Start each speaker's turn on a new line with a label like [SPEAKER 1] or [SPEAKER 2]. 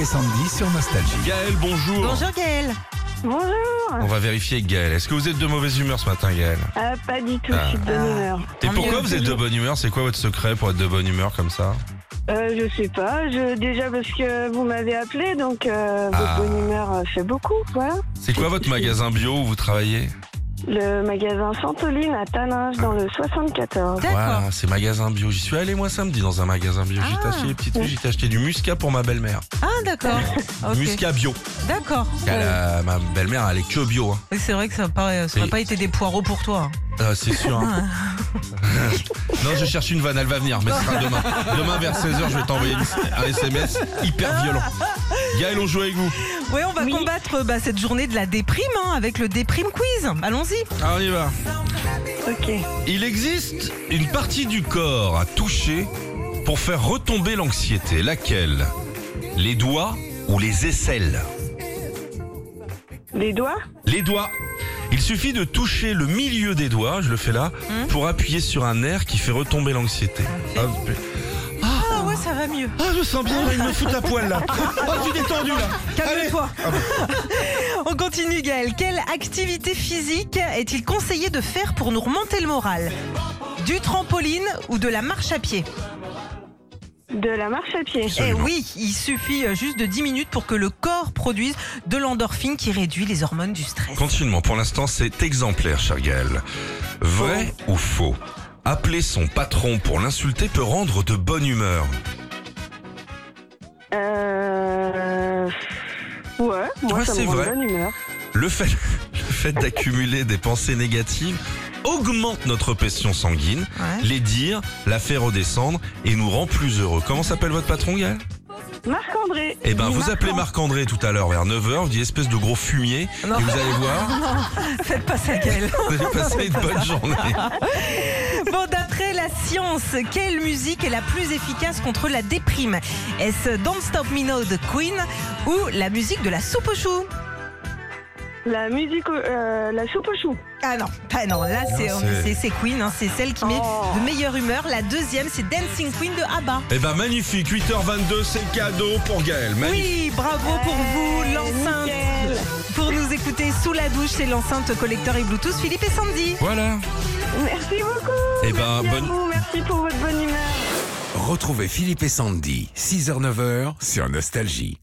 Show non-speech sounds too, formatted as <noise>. [SPEAKER 1] et Sandy sur Nostalgie.
[SPEAKER 2] Gaël, bonjour.
[SPEAKER 3] Bonjour Gaël.
[SPEAKER 4] Bonjour
[SPEAKER 2] On va vérifier avec Gaël. Est-ce que vous êtes de mauvaise humeur ce matin, Gaël
[SPEAKER 4] Ah, Pas du tout,
[SPEAKER 2] Ah.
[SPEAKER 4] je suis de bonne humeur.
[SPEAKER 2] Et
[SPEAKER 3] Tant
[SPEAKER 2] pourquoi
[SPEAKER 3] mieux.
[SPEAKER 2] vous êtes de bonne humeur C'est quoi votre secret pour être de bonne humeur comme ça
[SPEAKER 4] Euh, je sais pas, je, déjà parce que vous m'avez appelé, donc euh,
[SPEAKER 2] Ah.
[SPEAKER 4] votre bonne humeur euh, fait beaucoup, voilà.
[SPEAKER 2] C'est quoi votre magasin bio où vous travaillez
[SPEAKER 4] Le magasin Santoline à Taninges dans le 74.
[SPEAKER 3] D'accord.
[SPEAKER 2] Voilà, c'est magasin bio. J'y suis allé moi samedi dans un magasin bio. J'ai
[SPEAKER 3] Ah.
[SPEAKER 2] acheté des petites j'ai acheté du muscat pour ma belle-mère.
[SPEAKER 3] Ah d'accord.
[SPEAKER 2] Du
[SPEAKER 3] Ok.
[SPEAKER 2] Muscat bio.
[SPEAKER 3] D'accord.
[SPEAKER 2] Elle a- ma belle-mère, elle est que bio. hein.
[SPEAKER 3] Oui, C'est vrai que ça n'aurait
[SPEAKER 2] Oui.
[SPEAKER 3] pas été des poireaux pour toi.
[SPEAKER 2] Ah, c'est sûr. hein.
[SPEAKER 3] Ah.
[SPEAKER 2] non, je cherche une vanne, elle va venir, mais ce sera demain. Demain vers 16h, je vais t'envoyer une- un SMS hyper violent. Gaël, on joue avec vous.
[SPEAKER 3] Oui, on va
[SPEAKER 4] Oui.
[SPEAKER 3] combattre bah, cette journée de la déprime hein, avec le déprime quiz. Allons-y.
[SPEAKER 2] Ah, on y va.
[SPEAKER 4] Ok.
[SPEAKER 2] Il existe une partie du corps à toucher pour faire retomber l'anxiété. Laquelle Les doigts ou les aisselles
[SPEAKER 4] Les doigts
[SPEAKER 2] Les doigts. Il suffit de toucher le milieu des doigts, je le fais là, pour appuyer sur un nerf qui fait retomber l'anxiété. Hop.
[SPEAKER 3] Ah ouais, ça va mieux.
[SPEAKER 2] Ah, je sens bien, il me fout à poil là. Ah, je suis détendu là.
[SPEAKER 3] Calme-toi.
[SPEAKER 2] Ah bah.
[SPEAKER 3] <laughs> on continue Gaël. Quelle activité physique est-il conseillé de faire pour nous remonter le moral Du trampoline ou de la marche à pied
[SPEAKER 4] De la marche à pied.
[SPEAKER 3] Eh
[SPEAKER 2] Absolument.
[SPEAKER 3] oui, il suffit euh, juste de 10 minutes pour que le corps produise de l'endorphine qui réduit les hormones du stress.
[SPEAKER 2] Continuellement, pour l'instant, c'est exemplaire, cher Gaël. Vrai ou faux Appeler son patron pour l'insulter peut rendre de bonne humeur.
[SPEAKER 4] Euh... Ouais, moi
[SPEAKER 2] Ouais,
[SPEAKER 4] ça
[SPEAKER 2] c'est
[SPEAKER 4] me rend
[SPEAKER 2] vrai.
[SPEAKER 4] de bonne humeur.
[SPEAKER 2] Le fait, le fait d'accumuler des pensées négatives augmente notre pression sanguine,
[SPEAKER 3] Ouais.
[SPEAKER 2] les dire, la faire redescendre et nous rend plus heureux. Comment s'appelle votre patron, Gaël
[SPEAKER 4] Marc-André.
[SPEAKER 2] Eh ben,
[SPEAKER 4] dit
[SPEAKER 2] vous appelez
[SPEAKER 4] Marc-André.
[SPEAKER 2] Marc-André tout à l'heure vers 9h, vous dites espèce de gros fumier,
[SPEAKER 3] Non.
[SPEAKER 2] et vous allez voir,
[SPEAKER 3] Faites pas ça Gaël.
[SPEAKER 2] vous allez passer une bonne journée.
[SPEAKER 3] Bon, d'après la science, quelle musique est la plus efficace contre la déprime Est-ce Don't Stop Me Now de Queen ou la musique de la soupe aux choux
[SPEAKER 4] La musique, au- euh, la soupe aux choux.
[SPEAKER 3] Ah non, ah non, là c'est
[SPEAKER 2] Non,
[SPEAKER 3] on-
[SPEAKER 2] c'est-
[SPEAKER 3] c'est- c'est Queen, hein, c'est celle qui met
[SPEAKER 4] Oh.
[SPEAKER 3] de meilleure humeur. La deuxième, c'est Dancing Queen de ABBA.
[SPEAKER 2] Eh ben magnifique, 8h22, c'est cadeau pour Gaël. Magnifique.
[SPEAKER 3] Oui, bravo pour vous, l'enceinte.
[SPEAKER 4] nickel.
[SPEAKER 3] Pour nous écouter sous la douche, c'est l'enceinte collecteur et Bluetooth Philippe et Sandy.
[SPEAKER 2] Voilà.
[SPEAKER 4] Merci beaucoup.
[SPEAKER 2] Eh ben,
[SPEAKER 4] merci à
[SPEAKER 2] bonne-
[SPEAKER 4] vous, merci pour votre bonne humeur.
[SPEAKER 1] Retrouvez Philippe et Sandy, 6h-9h sur Nostalgie.